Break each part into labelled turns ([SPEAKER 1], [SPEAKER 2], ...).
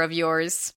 [SPEAKER 1] of yours.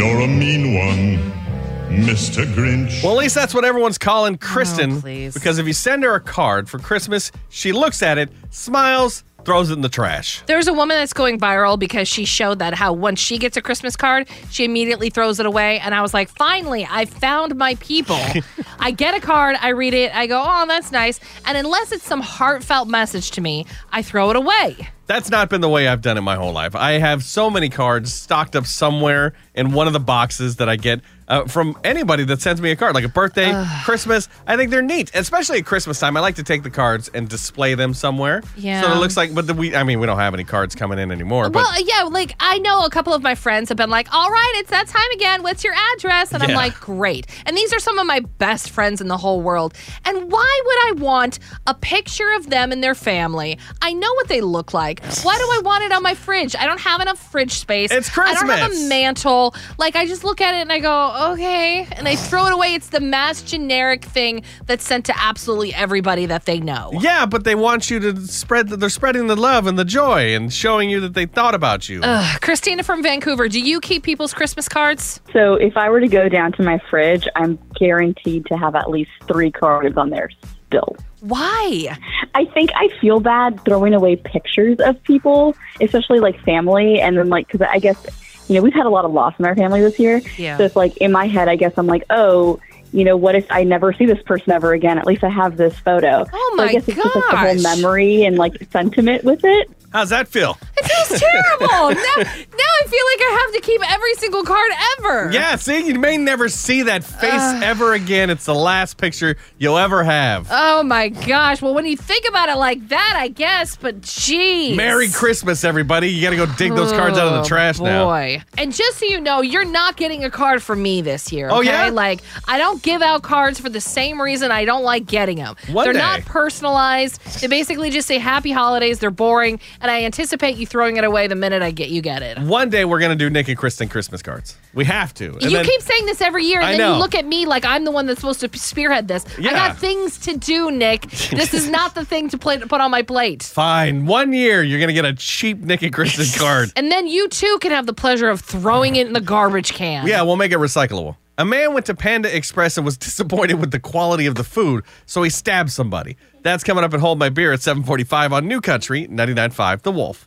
[SPEAKER 2] You're a mean one, Mr. Grinch.
[SPEAKER 3] Well, at least that's what everyone's calling Kristen.
[SPEAKER 4] Oh, please.
[SPEAKER 3] because if you send her a card for Christmas, she looks at it, smiles, throws it in the trash.
[SPEAKER 4] There's a woman that's going viral because she showed that how once she gets a Christmas card, she immediately throws it away. And I was like, finally, I found my people. I get a card, I read it, I go, oh, that's nice. And unless it's some heartfelt message to me, I throw it away.
[SPEAKER 3] That's not been the way I've done it my whole life. I have so many cards stocked up somewhere in one of the boxes that I get uh, from anybody that sends me a card, like a birthday, Christmas. I think they're neat, especially at Christmas time. I like to take the cards and display them somewhere. So
[SPEAKER 4] Yeah.
[SPEAKER 3] it looks like, but the, we, I mean, we don't have any cards coming in anymore. But
[SPEAKER 4] well, yeah, like I know a couple of my friends have been like, all right, it's that time again. What's your address? And I'm
[SPEAKER 3] Yeah.
[SPEAKER 4] like, great. And these are some of my best friends in the whole world. And why would I want a picture of them and their family? I know what they look like. Why do I want it on my fridge? I don't have enough fridge space.
[SPEAKER 3] It's
[SPEAKER 4] I don't have a
[SPEAKER 3] Christmas.
[SPEAKER 4] mantle. Like, I just look at it and I go, okay. And I throw it away. It's the mass generic thing that's sent to absolutely everybody that they know.
[SPEAKER 3] Yeah, but they want you to spread. The, they're spreading the love and the joy and showing you that they thought about you.
[SPEAKER 4] Christina from Vancouver, do you keep people's Christmas cards?
[SPEAKER 5] So if I were to go down to my fridge, I'm guaranteed to have at least three cards on there still.
[SPEAKER 4] Why?
[SPEAKER 5] I think I feel bad throwing away pictures of people, especially like family, and then like because I guess you know we've had a lot of loss in our family this year.
[SPEAKER 4] Yeah.
[SPEAKER 5] So it's like in my head, I guess I'm like, oh, you know, what if I never see this person ever again? At least I have this photo.
[SPEAKER 4] Oh
[SPEAKER 5] so
[SPEAKER 4] my
[SPEAKER 5] I guess it's just like the whole
[SPEAKER 4] gosh.
[SPEAKER 5] memory and like sentiment with it.
[SPEAKER 3] How's that feel?
[SPEAKER 4] It feels terrible. now, now I feel like I have to keep every single card ever.
[SPEAKER 3] Yeah, see, you may never see that face
[SPEAKER 4] Ah.
[SPEAKER 3] ever again. It's the last picture you'll ever have.
[SPEAKER 4] Oh my gosh. Well, when you think about it like that, I guess, but geez.
[SPEAKER 3] Merry Christmas, everybody. You got to go dig those cards out of the trash
[SPEAKER 4] Oh, boy.
[SPEAKER 3] now.
[SPEAKER 4] And just so you know, you're not getting a card from me this year. Okay?
[SPEAKER 3] Oh, yeah?
[SPEAKER 4] Like, I don't give out cards for the same reason I don't like getting them.
[SPEAKER 3] One
[SPEAKER 4] They're
[SPEAKER 3] day.
[SPEAKER 4] not personalized. They basically just say happy holidays. They're boring. And I anticipate you throwing it away the minute I get you get it.
[SPEAKER 3] One day we're going to do Nick and Kristen Christmas cards. We have to. And
[SPEAKER 4] you
[SPEAKER 3] then-
[SPEAKER 4] keep saying this every year, and
[SPEAKER 3] I
[SPEAKER 4] then
[SPEAKER 3] know.
[SPEAKER 4] you look at me like I'm the one that's supposed to spearhead this. I
[SPEAKER 3] Yeah.
[SPEAKER 4] got things to do, Nick. This is not the thing to play, to put on my plate.
[SPEAKER 3] Fine. One year you're going to get a cheap Nick and Kristen card.
[SPEAKER 4] And then you too can have the pleasure of throwing it in the garbage can.
[SPEAKER 3] Yeah, we'll make it recyclable. A man went to Panda Express and was disappointed with the quality of the food, so he stabbed somebody. That's coming up at Hold My Beer at 745 on New Country, 99.5 The Wolf.